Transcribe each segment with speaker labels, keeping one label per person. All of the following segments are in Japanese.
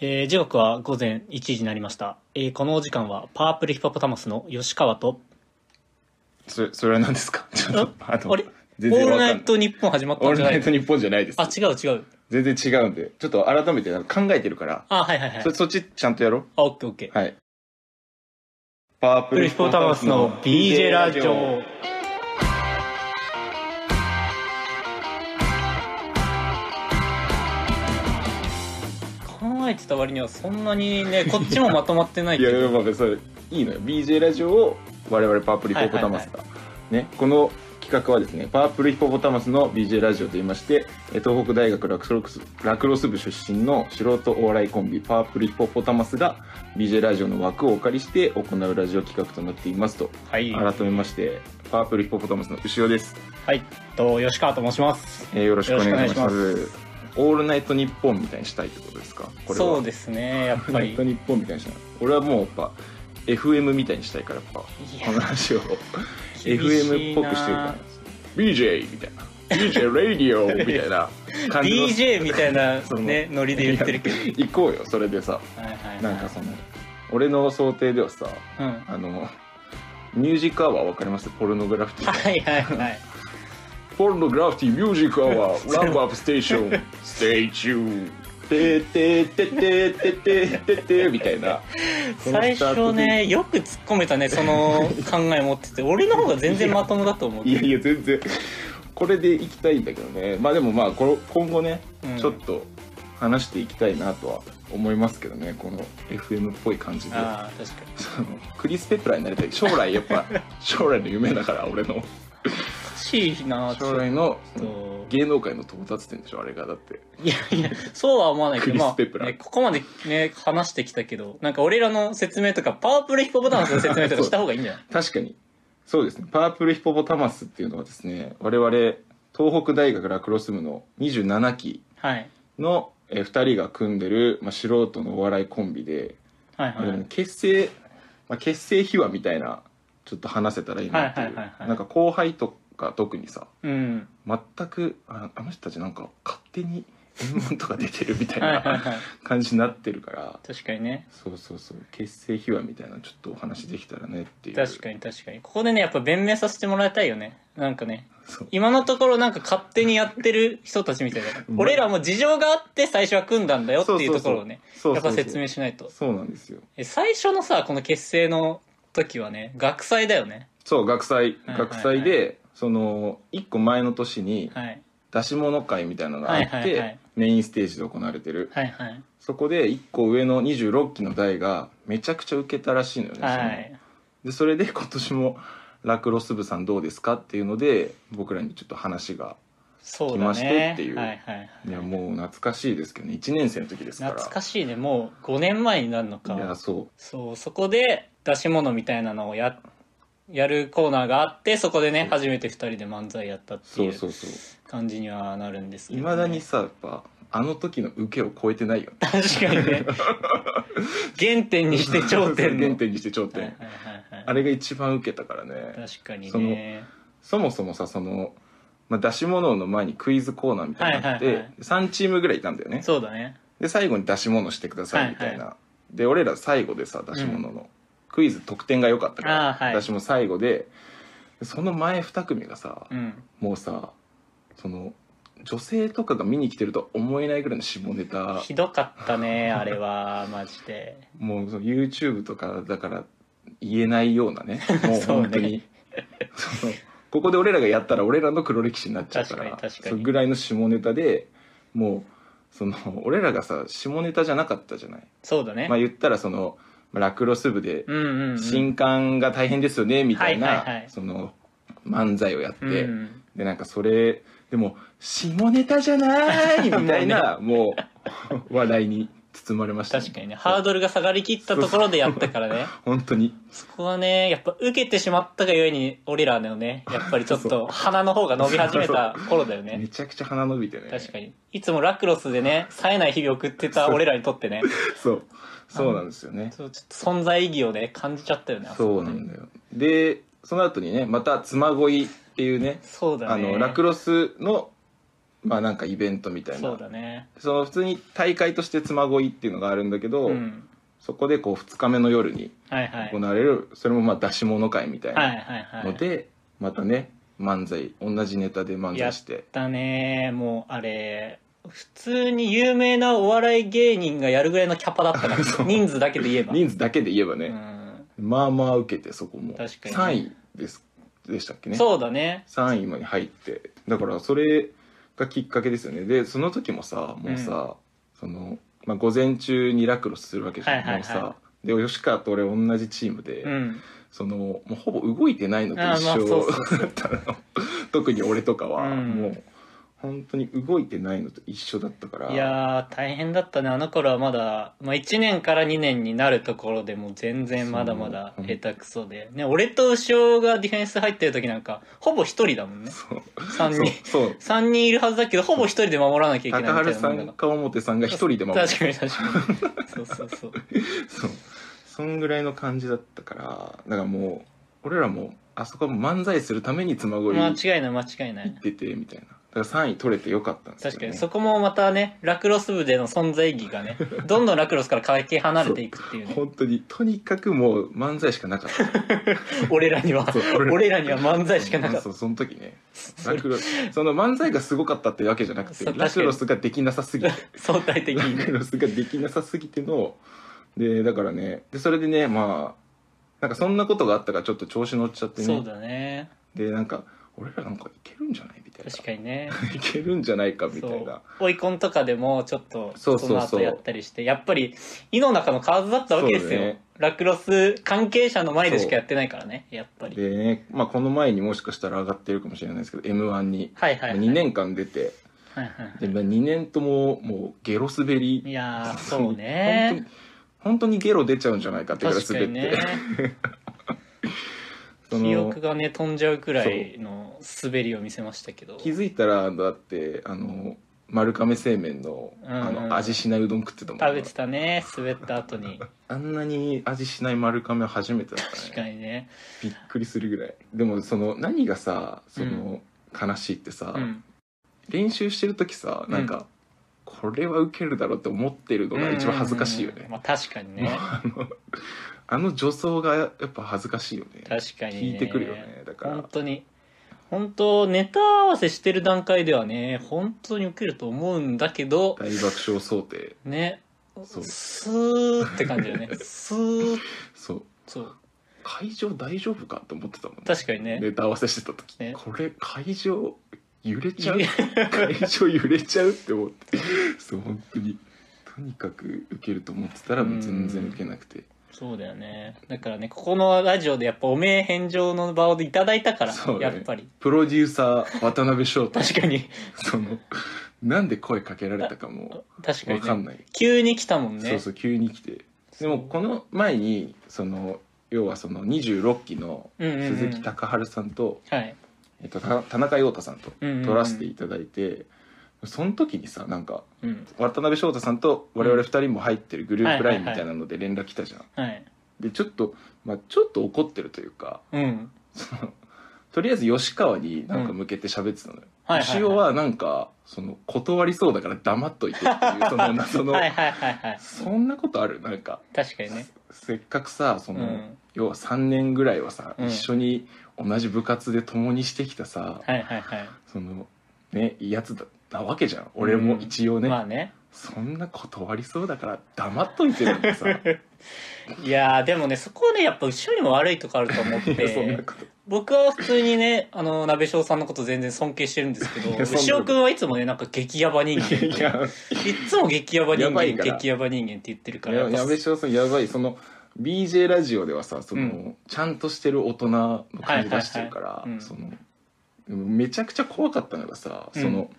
Speaker 1: えー時刻は午前1時になりました、えーこのお時間はパープルヒポポタマスの吉川と
Speaker 2: それそれは何ですか ちょっとあの
Speaker 1: あれオ
Speaker 2: 全然
Speaker 1: ール
Speaker 2: わかん
Speaker 1: ナ
Speaker 2: ない
Speaker 1: イト日本始まっ
Speaker 2: オ
Speaker 1: た
Speaker 2: ー
Speaker 1: ん
Speaker 2: ル
Speaker 1: じゃな
Speaker 2: ナイ
Speaker 1: い
Speaker 2: ト日本じゃないです
Speaker 1: あ違う違う
Speaker 2: 全然違うんでちょっと改めて考えてるから
Speaker 1: あはいはいはい
Speaker 2: そそっちちゃんとやろ
Speaker 1: あオッケーオッケー
Speaker 2: うはいパー
Speaker 1: パープルヒポポタマスの BJ ラジオ考えてた割にはそんなに ねこっちもまとまってない
Speaker 2: い
Speaker 1: け
Speaker 2: や
Speaker 1: ど
Speaker 2: いやまあそれいいのよ BJ ラジオを我々パープルヒポポタマスが、ねこの企画はですねパープルヒポポタマスの BJ ラジオといいましてえ東北大学ラクロスラクロス部出身の素人お笑いコンビパープルヒポポタマスが BJ ラジオの枠をお借りして行うラジオ企画となっていますと
Speaker 1: はい、
Speaker 2: 改めましてパープルヒポポタマスの牛尾です、
Speaker 1: はい、と吉川と申します
Speaker 2: えーよろしくお願いしま
Speaker 1: よろ
Speaker 2: すオールナイトニッポンみたいにしたいってことですかこれは
Speaker 1: そうですねやっぱ り
Speaker 2: 本当に日本みたいにしたい俺はもうやっぱ FM みたいにしたいからやっぱこ
Speaker 1: いや
Speaker 2: の話を
Speaker 1: 厳しいな
Speaker 2: FM っぽくしてるから BJ みたいな BJ ラディオみたいな 感じの
Speaker 1: DJ みたいな、
Speaker 2: その
Speaker 1: ね、ノリで言ってるけど、
Speaker 2: 行こうよそれでさ
Speaker 1: はいはいはい
Speaker 2: なんかその俺の想定ではさ
Speaker 1: うん、は
Speaker 2: あのミュージックアワーわかりますポルノグラフィティ
Speaker 1: いはい はい
Speaker 2: ポルノグラフィティミュージックアワーランバップステーションステイチューン ててててててててみたいな
Speaker 1: 最初ねよく突っ込めたねその考え持ってて俺の方が全然まともだと思う
Speaker 2: いやいや全然これでいきたいんだけどねまあでもまあこれ今後ね、
Speaker 1: うん
Speaker 2: ちょっと話していきたいなとは思いますけどねこの FM っぽい感じで
Speaker 1: ああ確かに
Speaker 2: そのクリス・ペプラーになりたい将来やっ ぱ将来の夢だから俺の
Speaker 1: おかしいなち
Speaker 2: 将
Speaker 1: ょっ
Speaker 2: 来の
Speaker 1: と
Speaker 2: 芸能界の到達点でしょあれがだって
Speaker 1: いやいやそうは思わないけど、ま
Speaker 2: クリスペプ
Speaker 1: あ
Speaker 2: ラ
Speaker 1: ね、ここまでね話してきたけどなんか俺らの説明とかパワープルヒポポタマスの説明とかした方がいいんじゃない
Speaker 2: 確かにそうですねパープルヒポポタマスっていうのはですね我々東北大学ラクロス部の27期
Speaker 1: はい
Speaker 2: の2人が組んでる、まあ、素人のお笑いコンビで
Speaker 1: はいはい、
Speaker 2: でも結成、まあ、結成秘話みたいなちょっと話せたらいいなってい
Speaker 1: は
Speaker 2: う
Speaker 1: いはいはいはい
Speaker 2: なんか後輩とか特にさ
Speaker 1: うん
Speaker 2: 全くああの人たちなんか勝手に m 1とか出てるみたい
Speaker 1: はいはい
Speaker 2: な
Speaker 1: はい
Speaker 2: 感じになってるから
Speaker 1: 確かにね
Speaker 2: そうそうそう結成秘話みたいなちょっとお話できたらねっていう
Speaker 1: 確かに確かにここでねやっぱ弁明させてもらいたいよねなんかね
Speaker 2: そう
Speaker 1: 今のところなんか勝手にやってる人たちみたいな
Speaker 2: うん
Speaker 1: 俺らも事情があって最初は組んだんだよっていうところをね
Speaker 2: そう
Speaker 1: や
Speaker 2: そ
Speaker 1: っ
Speaker 2: うそ
Speaker 1: ぱ
Speaker 2: う
Speaker 1: 説明しないと
Speaker 2: そうなんですよ
Speaker 1: え最初のさこの結成の時はね学祭だよね
Speaker 2: そう学祭
Speaker 1: はいはい
Speaker 2: 学祭でその1個前の年に
Speaker 1: はい
Speaker 2: 出し物会みたいなのがあっ
Speaker 1: はいはいはい
Speaker 2: てメインステージで行われてる
Speaker 1: はいはい
Speaker 2: そこで1個上の26期の代がめちゃくちゃ受けたらしいのよね、そ
Speaker 1: は
Speaker 2: の
Speaker 1: い
Speaker 2: でそれで今年も「ラクロス部さんどうですか?」っていうので僕らにちょっと話が
Speaker 1: そう
Speaker 2: 来
Speaker 1: だ
Speaker 2: まして
Speaker 1: ね
Speaker 2: っていう
Speaker 1: はいはい
Speaker 2: いやもう懐かしいですけどね1年生の時ですから
Speaker 1: 懐かしいねもう5年前になるの
Speaker 2: いや
Speaker 1: か
Speaker 2: そ
Speaker 1: そうそこで出し物みたいなのをややるコーナーがあってそこでね初めて2人で漫才やったっ
Speaker 2: う
Speaker 1: て
Speaker 2: そ
Speaker 1: いうう
Speaker 2: そうそう
Speaker 1: 感じにはなるんですけ
Speaker 2: い
Speaker 1: どね
Speaker 2: まだにさやっぱあの時の受けを超えてないよね
Speaker 1: 確かにね原点にして頂点の
Speaker 2: 原点にして頂点、
Speaker 1: はいはいはいはい
Speaker 2: あれが一番受けたからね
Speaker 1: 確かにね
Speaker 2: そもそもさその、まあ、出し物の前にクイズコーナーみたいなのがあって、
Speaker 1: はいはいはい
Speaker 2: 3チームぐらいいたんだよね
Speaker 1: そうだね
Speaker 2: で最後に出し物してくださいみたいな、
Speaker 1: はい
Speaker 2: で俺ら最後でさ出し物の、クイズ得点が良かったか
Speaker 1: あ
Speaker 2: ら、
Speaker 1: ーはい
Speaker 2: 私も最後でその前2組がさ、
Speaker 1: うん
Speaker 2: もうさその女性とかが見に来てるとは思えないぐらいの下ネ タ
Speaker 1: ひどかったねあれはマジで
Speaker 2: もうその YouTube とかだから言えないようなねも う
Speaker 1: そうね
Speaker 2: 本当にそのここで俺らがやったら俺らの黒歴史になっちゃうか
Speaker 1: 確
Speaker 2: ら
Speaker 1: かに確かに
Speaker 2: そのぐらいの下ネタでもうその俺らがさ下ネタじゃなかったじゃない
Speaker 1: そうだね、
Speaker 2: まあ、言ったらそのまあラクロス部で
Speaker 1: うんうん、うん、
Speaker 2: 新刊が大変ですよねみた
Speaker 1: は
Speaker 2: い
Speaker 1: いはいは
Speaker 2: ないその漫才をやって、
Speaker 1: うん
Speaker 2: でなんかそれでも「下ネタじ ゃない!」みたいなもう話題に包まれましたね、
Speaker 1: 確かにねハードルが下がりきったところでやったからね
Speaker 2: 本当に
Speaker 1: そこはねやっぱ受けてしまったがゆえに俺らのねやっぱりちょっ
Speaker 2: そ
Speaker 1: と鼻の方が伸び始めた頃だよね
Speaker 2: めちゃくちゃ鼻伸びてね
Speaker 1: 確かにいつもラクロスでね冴えない日々を送ってた俺らにとってね
Speaker 2: そうそうなんですよね
Speaker 1: そうちょっと存在意義をね感じちゃったよねあこ
Speaker 2: そうなんだよでその後にねまた「妻恋」っていうね
Speaker 1: そうだ
Speaker 2: あ
Speaker 1: ね
Speaker 2: のラクロスのまあなんかイベントみたいな
Speaker 1: そうだね
Speaker 2: その普通に大会として妻恋っていうのがあるんだけど、
Speaker 1: うん
Speaker 2: そこでこう2日目の夜に
Speaker 1: はいはい
Speaker 2: 行われる、それもまあ出し物会みたい
Speaker 1: はい
Speaker 2: な
Speaker 1: はいはい
Speaker 2: ので、またね漫才同じネタで漫才して
Speaker 1: だねもうあれ普通に有名なお笑い芸人がやるぐらいのキャパだったから
Speaker 2: そう
Speaker 1: 人数だけで言えば
Speaker 2: 人数だけで言えば
Speaker 1: う
Speaker 2: ね、
Speaker 1: ん
Speaker 2: まあまあ受けてそこも
Speaker 1: 確かに
Speaker 2: 3位ですでしたっけね
Speaker 1: そうだね
Speaker 2: 3位まで入ってだからそれがきっかけですよねでその時もさもうさ、そのまあ、午前中にラクロスするわけじゃん、
Speaker 1: はいはいはい
Speaker 2: もうさで吉川と俺同じチームで、
Speaker 1: うん
Speaker 2: そのもうほぼ動いてないのと一
Speaker 1: あーまあそうそう
Speaker 2: 緒だったの 特に俺とかは、
Speaker 1: うん
Speaker 2: もう本当に動いてないのと一緒だったから
Speaker 1: いやー大変だったねあの頃はまだ、まあ、1年から2年になるところでもう全然まだまだ
Speaker 2: そう
Speaker 1: 下手くそで、ね、俺と潮がディフェンス入ってる時なんかほぼ1人だもんね
Speaker 2: そう
Speaker 1: 3
Speaker 2: そう
Speaker 1: 人
Speaker 2: そう
Speaker 1: 3人いるはずだけどほぼ1人で守らなきゃいけないみ
Speaker 2: 高
Speaker 1: た
Speaker 2: 原
Speaker 1: いな
Speaker 2: さ
Speaker 1: もんだ
Speaker 2: んか表さんが一人で守
Speaker 1: 確かに確かにそうそう そう
Speaker 2: そうそんぐらいの感じだったからだからもう俺らもあそこはもう漫才するために妻恋
Speaker 1: 間
Speaker 2: 行
Speaker 1: 違いない間違いない
Speaker 2: っててみたいなだから3位取れてよかったんですよ、ね
Speaker 1: 確、かにそこもまたねラクロス部での存在意義 がねどんどんラクロスからかけ離れていくっていうね
Speaker 2: 本当にとにかくもう漫才しかなかった
Speaker 1: 俺らには
Speaker 2: そう
Speaker 1: 俺らには漫才しかなかった
Speaker 2: そうその時ね
Speaker 1: そ
Speaker 2: ラ
Speaker 1: れ
Speaker 2: クロスその漫才がすごかったってわけじゃなくて
Speaker 1: そう確か
Speaker 2: ラ
Speaker 1: に
Speaker 2: クロスができなさす ぎて
Speaker 1: 相対的
Speaker 2: ラ
Speaker 1: にね
Speaker 2: クロスができなさすぎてのでだからねでそれでねまあなんかそんなことがあったからちょっと調子乗っちゃって
Speaker 1: そう
Speaker 2: ね
Speaker 1: だね
Speaker 2: でなんか俺らなんかいけるんじゃないみたいな
Speaker 1: 確かにね
Speaker 2: いけるんじゃないかみた
Speaker 1: そ
Speaker 2: いうな
Speaker 1: オイコンとかでもちょっと
Speaker 2: そうそうそう
Speaker 1: の後やったりしてやっぱり井の中の蛙だったわけです
Speaker 2: そう
Speaker 1: よ、
Speaker 2: ね
Speaker 1: ラクロス関係者の前でしかやってないからねやっぱり
Speaker 2: でね、まあ、この前にもしかしたら上がってるかもしれないですけど m 1に
Speaker 1: はいはい、はい、
Speaker 2: 2年間出て、
Speaker 1: はいはいはい
Speaker 2: でまあ2年とももうゲロ滑り
Speaker 1: いやーそうね
Speaker 2: 本当に本当にゲロ出ちゃうんじゃないかってぐらい
Speaker 1: 確か
Speaker 2: 滑って、
Speaker 1: にね
Speaker 2: そ
Speaker 1: 記憶
Speaker 2: の
Speaker 1: がね飛んじゃうくらいの滑りを見せましたけど
Speaker 2: 気づいたらだってあの丸亀製麺の,、
Speaker 1: うん
Speaker 2: あの味しないうどん食ってたもん
Speaker 1: 食べてたね滑った後に
Speaker 2: あんなに味しない丸亀初めてだったね
Speaker 1: 確かにね
Speaker 2: びっくりするぐらいでもその何がさその、悲しいってさ、
Speaker 1: うん
Speaker 2: 練習してる時さなんか、これはウケるだろうって思ってるのが一番恥ずかしいよ
Speaker 1: うん
Speaker 2: ね、
Speaker 1: まあ、確かにね
Speaker 2: あの女装がやっぱ恥ずかしいよね
Speaker 1: 確かにね
Speaker 2: 聞いてくるよねだから
Speaker 1: 本当に本当ネタ合わせしてる段階ではね本当にウケると思うんだけど
Speaker 2: 大爆笑想定
Speaker 1: ね
Speaker 2: そう
Speaker 1: スーって感じだよね スーッ
Speaker 2: そう
Speaker 1: そう
Speaker 2: 会場大丈夫かと思ってたもんね
Speaker 1: 確かにね
Speaker 2: ネタ合わせしてた時、
Speaker 1: ね
Speaker 2: これ会場揺れちゃう会場揺れちゃうって 思ってそう本当にとにかくウケると思ってたらもう全然ウケなくて
Speaker 1: そうだよねだからねここのラジオでやっぱお名返上の場をいただいたから、
Speaker 2: そうだ
Speaker 1: やっ
Speaker 2: ね
Speaker 1: ぱり
Speaker 2: プロデューサー渡辺翔太
Speaker 1: 確かに
Speaker 2: そのなんで声かけられたかも
Speaker 1: 確か
Speaker 2: 分
Speaker 1: に、
Speaker 2: かん
Speaker 1: ね、
Speaker 2: ない、
Speaker 1: 急に来たもんね
Speaker 2: そうそう急に来てでもこの前にその要はその26期の
Speaker 1: うんうんうん
Speaker 2: 鈴木貴春さんと,、
Speaker 1: はい
Speaker 2: えっとた田中陽太さんと
Speaker 1: うんうんうん
Speaker 2: 撮らせていただいて、その時にさなんか
Speaker 1: うん
Speaker 2: 渡辺翔太さんと我々2人も入ってるグループ
Speaker 1: うんは
Speaker 2: LINE
Speaker 1: い
Speaker 2: み
Speaker 1: はいはい
Speaker 2: たいなので連絡来たじゃん。
Speaker 1: はい
Speaker 2: でちょっと、まあ、ちょっと怒ってるというか
Speaker 1: うん
Speaker 2: そのとりあえず吉川になんか向けて喋ってたのよ。
Speaker 1: はいはい
Speaker 2: 牛尾はなんかその断りそうだから黙っといてっていうその謎の
Speaker 1: はいはいはいはい
Speaker 2: そんなことあるなんか
Speaker 1: 確かにね
Speaker 2: せっかくさその、
Speaker 1: うん
Speaker 2: 要は3年ぐらいはさ、
Speaker 1: うん
Speaker 2: 一緒に同じ部活で共にしてきたさ、
Speaker 1: はいはいはい
Speaker 2: そのねいいやつだなわけじゃん俺も一応ね、
Speaker 1: まあね
Speaker 2: そんな断りそうだから黙っといてるんでさ
Speaker 1: いやーでもねそこはねやっぱ後ろにも悪いとこあると思っ
Speaker 2: そんな
Speaker 1: て
Speaker 2: こと
Speaker 1: 僕は普通にねあの鍋翔さんのこと全然尊敬してるんですけど
Speaker 2: いやそんな
Speaker 1: 牛尾君はいつもねなんか激ヤバ人間
Speaker 2: いや
Speaker 1: いっつも激ヤバ人
Speaker 2: やばい
Speaker 1: 間
Speaker 2: から
Speaker 1: 激ヤバ人間って言ってるから
Speaker 2: や
Speaker 1: やっ
Speaker 2: 矢
Speaker 1: ぱ
Speaker 2: 部翔さんやばいその BJ ラジオではさその、
Speaker 1: うん
Speaker 2: ちゃんとしてる大人の感じ出してるから、
Speaker 1: いはいはいうん
Speaker 2: そのでもめちゃくちゃ怖かったのがさ、
Speaker 1: うん
Speaker 2: その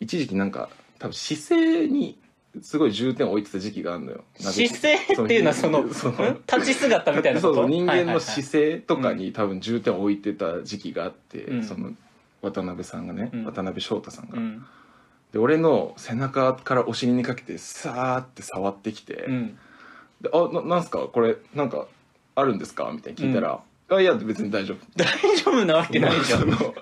Speaker 2: 一時期なんか多分姿勢にすごい重点を置いてた時期があるのよ。
Speaker 1: 姿勢っていうのはその
Speaker 2: その
Speaker 1: ん立ち姿みたいなこ
Speaker 2: そう
Speaker 1: と
Speaker 2: そう人間の
Speaker 1: はいはいはい
Speaker 2: 姿勢とかに多分重点を置いてた時期があって、
Speaker 1: うん
Speaker 2: その渡辺さんがね、
Speaker 1: うん
Speaker 2: 渡辺翔太さんが、
Speaker 1: うん
Speaker 2: で俺の背中からお尻にかけてさーって触ってきて、
Speaker 1: うん
Speaker 2: であななんすかこれなんかあるんですか?」みたいに聞いたら「あいや別に大丈夫
Speaker 1: 大丈夫なわけないじゃん。
Speaker 2: もう その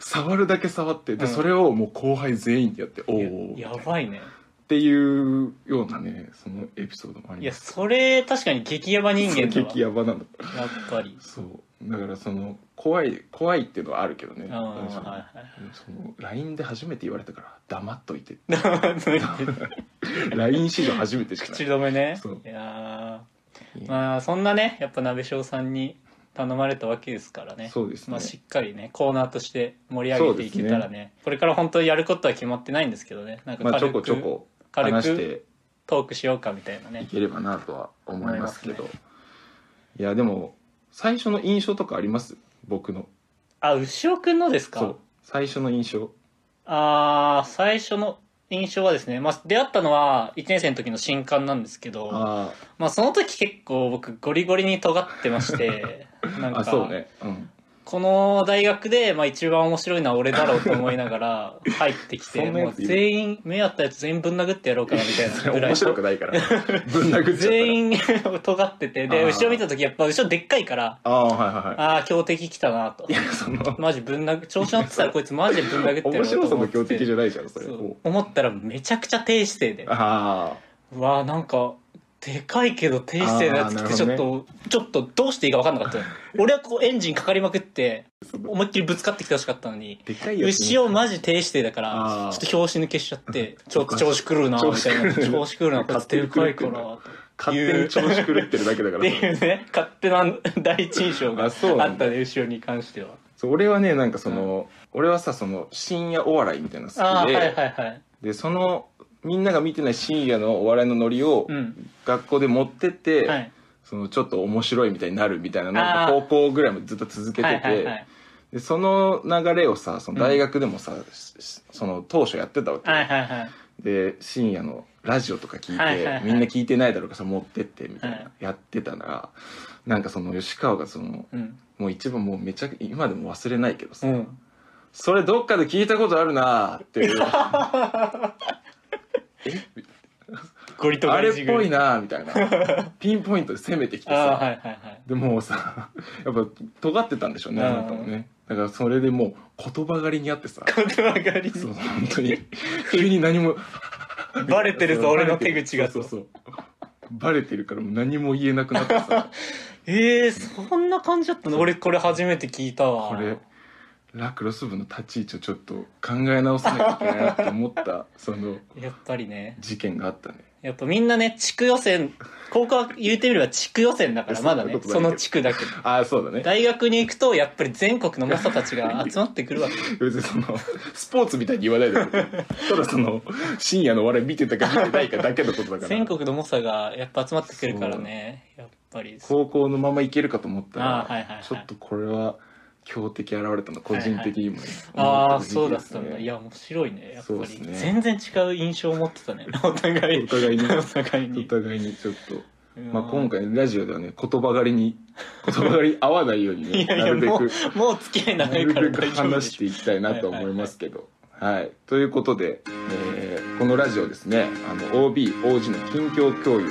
Speaker 2: 触るだけ触ってで、
Speaker 1: うん
Speaker 2: それをもう後輩全員でやっておお
Speaker 1: いややばいね。
Speaker 2: っていうようなねそのエピソードもあ
Speaker 1: い
Speaker 2: り
Speaker 1: や、
Speaker 2: ます
Speaker 1: それ確かに激ヤバ人間だ
Speaker 2: そう
Speaker 1: わ。
Speaker 2: 激
Speaker 1: や
Speaker 2: ヤバな
Speaker 1: っ
Speaker 2: の
Speaker 1: ぱり。
Speaker 2: そうだからその怖い怖いっていうのはあるけどね
Speaker 1: ああ、
Speaker 2: その
Speaker 1: は
Speaker 2: その LINE で初めて言われたから黙っといて
Speaker 1: いはい。
Speaker 2: LINE 史上初めてしかな
Speaker 1: 口
Speaker 2: い
Speaker 1: 止めね
Speaker 2: そう。
Speaker 1: いやーまあ、そんなね、やっぱ鍋翔さんに頼まれたわけですからね。
Speaker 2: そうですね
Speaker 1: まあ、しっかりね、コーナーとして盛り上げていけたら
Speaker 2: そう
Speaker 1: ね、これから本当にやることは決まってないんですけどね。なんか
Speaker 2: まあち
Speaker 1: 軽
Speaker 2: ょこ
Speaker 1: く、
Speaker 2: ちょこ
Speaker 1: 軽
Speaker 2: 話し
Speaker 1: く
Speaker 2: て
Speaker 1: トークしようかみたいなね
Speaker 2: い。ければなとは思いますけど
Speaker 1: 思い
Speaker 2: いやでも最初の印象とかあります僕の
Speaker 1: あ、牛尾くんのですか
Speaker 2: そう最初の印象
Speaker 1: あー最初の印象はですね、まあ、出会ったのは1年生の時の新刊なんですけど、
Speaker 2: あ
Speaker 1: まあ、その時結構僕ゴリゴリに尖ってまして なん
Speaker 2: ー
Speaker 1: か
Speaker 2: あそうねうん
Speaker 1: この大学でまあ一番面白いのは俺だろうと思いながら入ってき
Speaker 2: そ
Speaker 1: て
Speaker 2: んな
Speaker 1: も
Speaker 2: や
Speaker 1: う
Speaker 2: ついる
Speaker 1: 全員目合ったやつ全員ぶん殴ってやろうかなみたい
Speaker 2: それ
Speaker 1: なぐらい
Speaker 2: 面白くないからぶん殴っちゃったら
Speaker 1: 全員尖っててで
Speaker 2: あー
Speaker 1: 後ろ見た時やっぱ後ろでっかいから
Speaker 2: ああはいはいは
Speaker 1: ああ強敵来たなと
Speaker 2: いいやその
Speaker 1: マジぶん殴調子乗ってたらこいつマジでぶん殴ってやろ
Speaker 2: 面
Speaker 1: うと
Speaker 2: 白さ
Speaker 1: 思
Speaker 2: の
Speaker 1: って
Speaker 2: 強敵じゃないじゃんそれ
Speaker 1: そう
Speaker 2: お
Speaker 1: 思ったらめちゃくちゃ低姿勢で
Speaker 2: あ
Speaker 1: うわあなんかでかいけど低姿勢のやつ来て
Speaker 2: あー
Speaker 1: ちょ
Speaker 2: な
Speaker 1: っ
Speaker 2: る
Speaker 1: と、
Speaker 2: ほ
Speaker 1: ちょっとどうしていいか分かんなかった の俺はこうエンジンかかりまくって思いっきりぶつかってきてほしかったのに
Speaker 2: あでかいやつ
Speaker 1: 牛をマジ低姿勢だか
Speaker 2: あ
Speaker 1: ら
Speaker 2: ー
Speaker 1: ちょっと拍子抜けしちゃってちょっと調子狂うな
Speaker 2: 調
Speaker 1: み
Speaker 2: 子
Speaker 1: たいな調子狂うなこいつ
Speaker 2: 勝手
Speaker 1: で
Speaker 2: に
Speaker 1: かいか
Speaker 2: 狂ってん
Speaker 1: らと
Speaker 2: だ勝手に調子狂ってるだけだか
Speaker 1: って
Speaker 2: ら
Speaker 1: いうね勝手な第一印象があ
Speaker 2: あそうな
Speaker 1: っ
Speaker 2: んだ
Speaker 1: たね牛尾に関しては
Speaker 2: そう俺はねなんかその、俺はさその深夜お笑いみたいなの好きで,、
Speaker 1: ああーはいはいはい
Speaker 2: でそのみんなが見てない深夜のお笑いのノリを
Speaker 1: うん
Speaker 2: 学校で持ってって、
Speaker 1: はい
Speaker 2: そのちょっと面白いみたいになるみたいなの
Speaker 1: あー
Speaker 2: を高校ぐらいもずっと続けて
Speaker 1: は
Speaker 2: て、
Speaker 1: いはいはい
Speaker 2: でその流れをさその大学でもさ、ししその当初やってたわけ、
Speaker 1: はいはいはい
Speaker 2: で深夜のラジオとか聞いて、
Speaker 1: はいはいはい
Speaker 2: みんな聞いてないだろうからさ持ってってみたいな、
Speaker 1: はい
Speaker 2: やってたらなんかその吉川がその
Speaker 1: うん
Speaker 2: もう一番もうめちゃく今でも忘れないけどさ、
Speaker 1: うん
Speaker 2: それどっかで聞いたことあるなーって いう
Speaker 1: ゴリと
Speaker 2: あ
Speaker 1: ガ
Speaker 2: れ
Speaker 1: リジ
Speaker 2: っ
Speaker 1: グリ
Speaker 2: ぽいなーみたいな ピンポイントで攻めてきて
Speaker 1: あ
Speaker 2: さ、
Speaker 1: あはいはいはい
Speaker 2: でもうさやっぱ尖ってたんでしょうね
Speaker 1: うん
Speaker 2: あなたもねだからそれでもう言葉狩りにあってさ
Speaker 1: 言葉狩り
Speaker 2: そう本当に急に何も
Speaker 1: バレてるぞ
Speaker 2: そう
Speaker 1: 俺の手口が
Speaker 2: そうそうそうバレてるからもう何も言えなくなってさ
Speaker 1: えー、そんな感じだったの俺これ初めて聞いたわ
Speaker 2: これラクロス部の立ち位置をちょっと考え直さなきゃいけないなって思ったその
Speaker 1: やっぱりね
Speaker 2: 事件があったね
Speaker 1: やっぱみんなね地区予選高校は言ってみれば地区予選だからまだね
Speaker 2: そ
Speaker 1: そ
Speaker 2: んなことないけど
Speaker 1: の地区だけど
Speaker 2: ああそうだね
Speaker 1: 大学に行くとやっぱり全国の猛者たちが集まってくるわけ
Speaker 2: 別にそのスポーツみたいに言わないでくれただその深夜の笑い見てたか見てないかだけのこと だから
Speaker 1: 全国の猛者がやっぱ集まってくるからねやっぱり
Speaker 2: 高校のままいけるかと思ったら、
Speaker 1: あーはいはいはい
Speaker 2: ちょっとこれは強敵現れたの個人的にも、ね
Speaker 1: あ
Speaker 2: 思
Speaker 1: あ
Speaker 2: った時
Speaker 1: そう
Speaker 2: 期
Speaker 1: だ
Speaker 2: で
Speaker 1: っ
Speaker 2: す
Speaker 1: たんだいや面白いねやっぱ
Speaker 2: そうです
Speaker 1: り、
Speaker 2: ね
Speaker 1: 全然違う印象を持ってたねお互い
Speaker 2: お互いに
Speaker 1: お互い
Speaker 2: お
Speaker 1: に、
Speaker 2: 互いにちょっと、
Speaker 1: うん
Speaker 2: まあ、今回ラジオではね言葉狩りに言葉狩り合わ ないようにね
Speaker 1: いやい
Speaker 2: な
Speaker 1: や
Speaker 2: るべ
Speaker 1: も
Speaker 2: く
Speaker 1: うもう付き合い
Speaker 2: な
Speaker 1: 長いから
Speaker 2: るべ
Speaker 1: 大
Speaker 2: く
Speaker 1: 丈夫で
Speaker 2: 話
Speaker 1: しょ
Speaker 2: していきたいなと思いますけど。はい、ということで、えーこのラジオですねあの OBOG の近況共有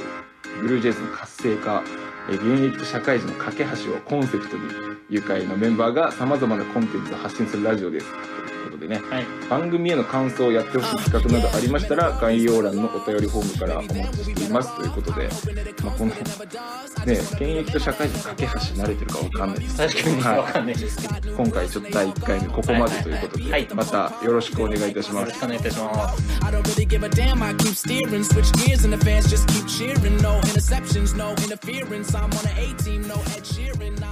Speaker 2: ブルージェイズの活性化えー現役と社会人の架け橋をコンセプトに愉快なメンバーがさまざまなコンテンツを発信するラジオですということでね
Speaker 1: はい
Speaker 2: 番組への感想をやってほしい企画などありましたら概要欄のお便りフォームからお待ちしていますということで、まあ、このね現役と社会人の架け橋慣れてるかわかんないです
Speaker 1: 確かに
Speaker 2: はい
Speaker 1: わかんないですけど、
Speaker 2: 今回ちょっと第1回目ここまでということで、
Speaker 1: はい
Speaker 2: またよろしくお願いいたし
Speaker 1: よ
Speaker 2: ま
Speaker 1: ろ
Speaker 2: す
Speaker 1: しくお願いいたします。
Speaker 3: I don't really give a damn. I keep steering, switch gears, and the fans just keep cheering. No interceptions, no interference. I'm on an A team, no Ed Sheeran. I'm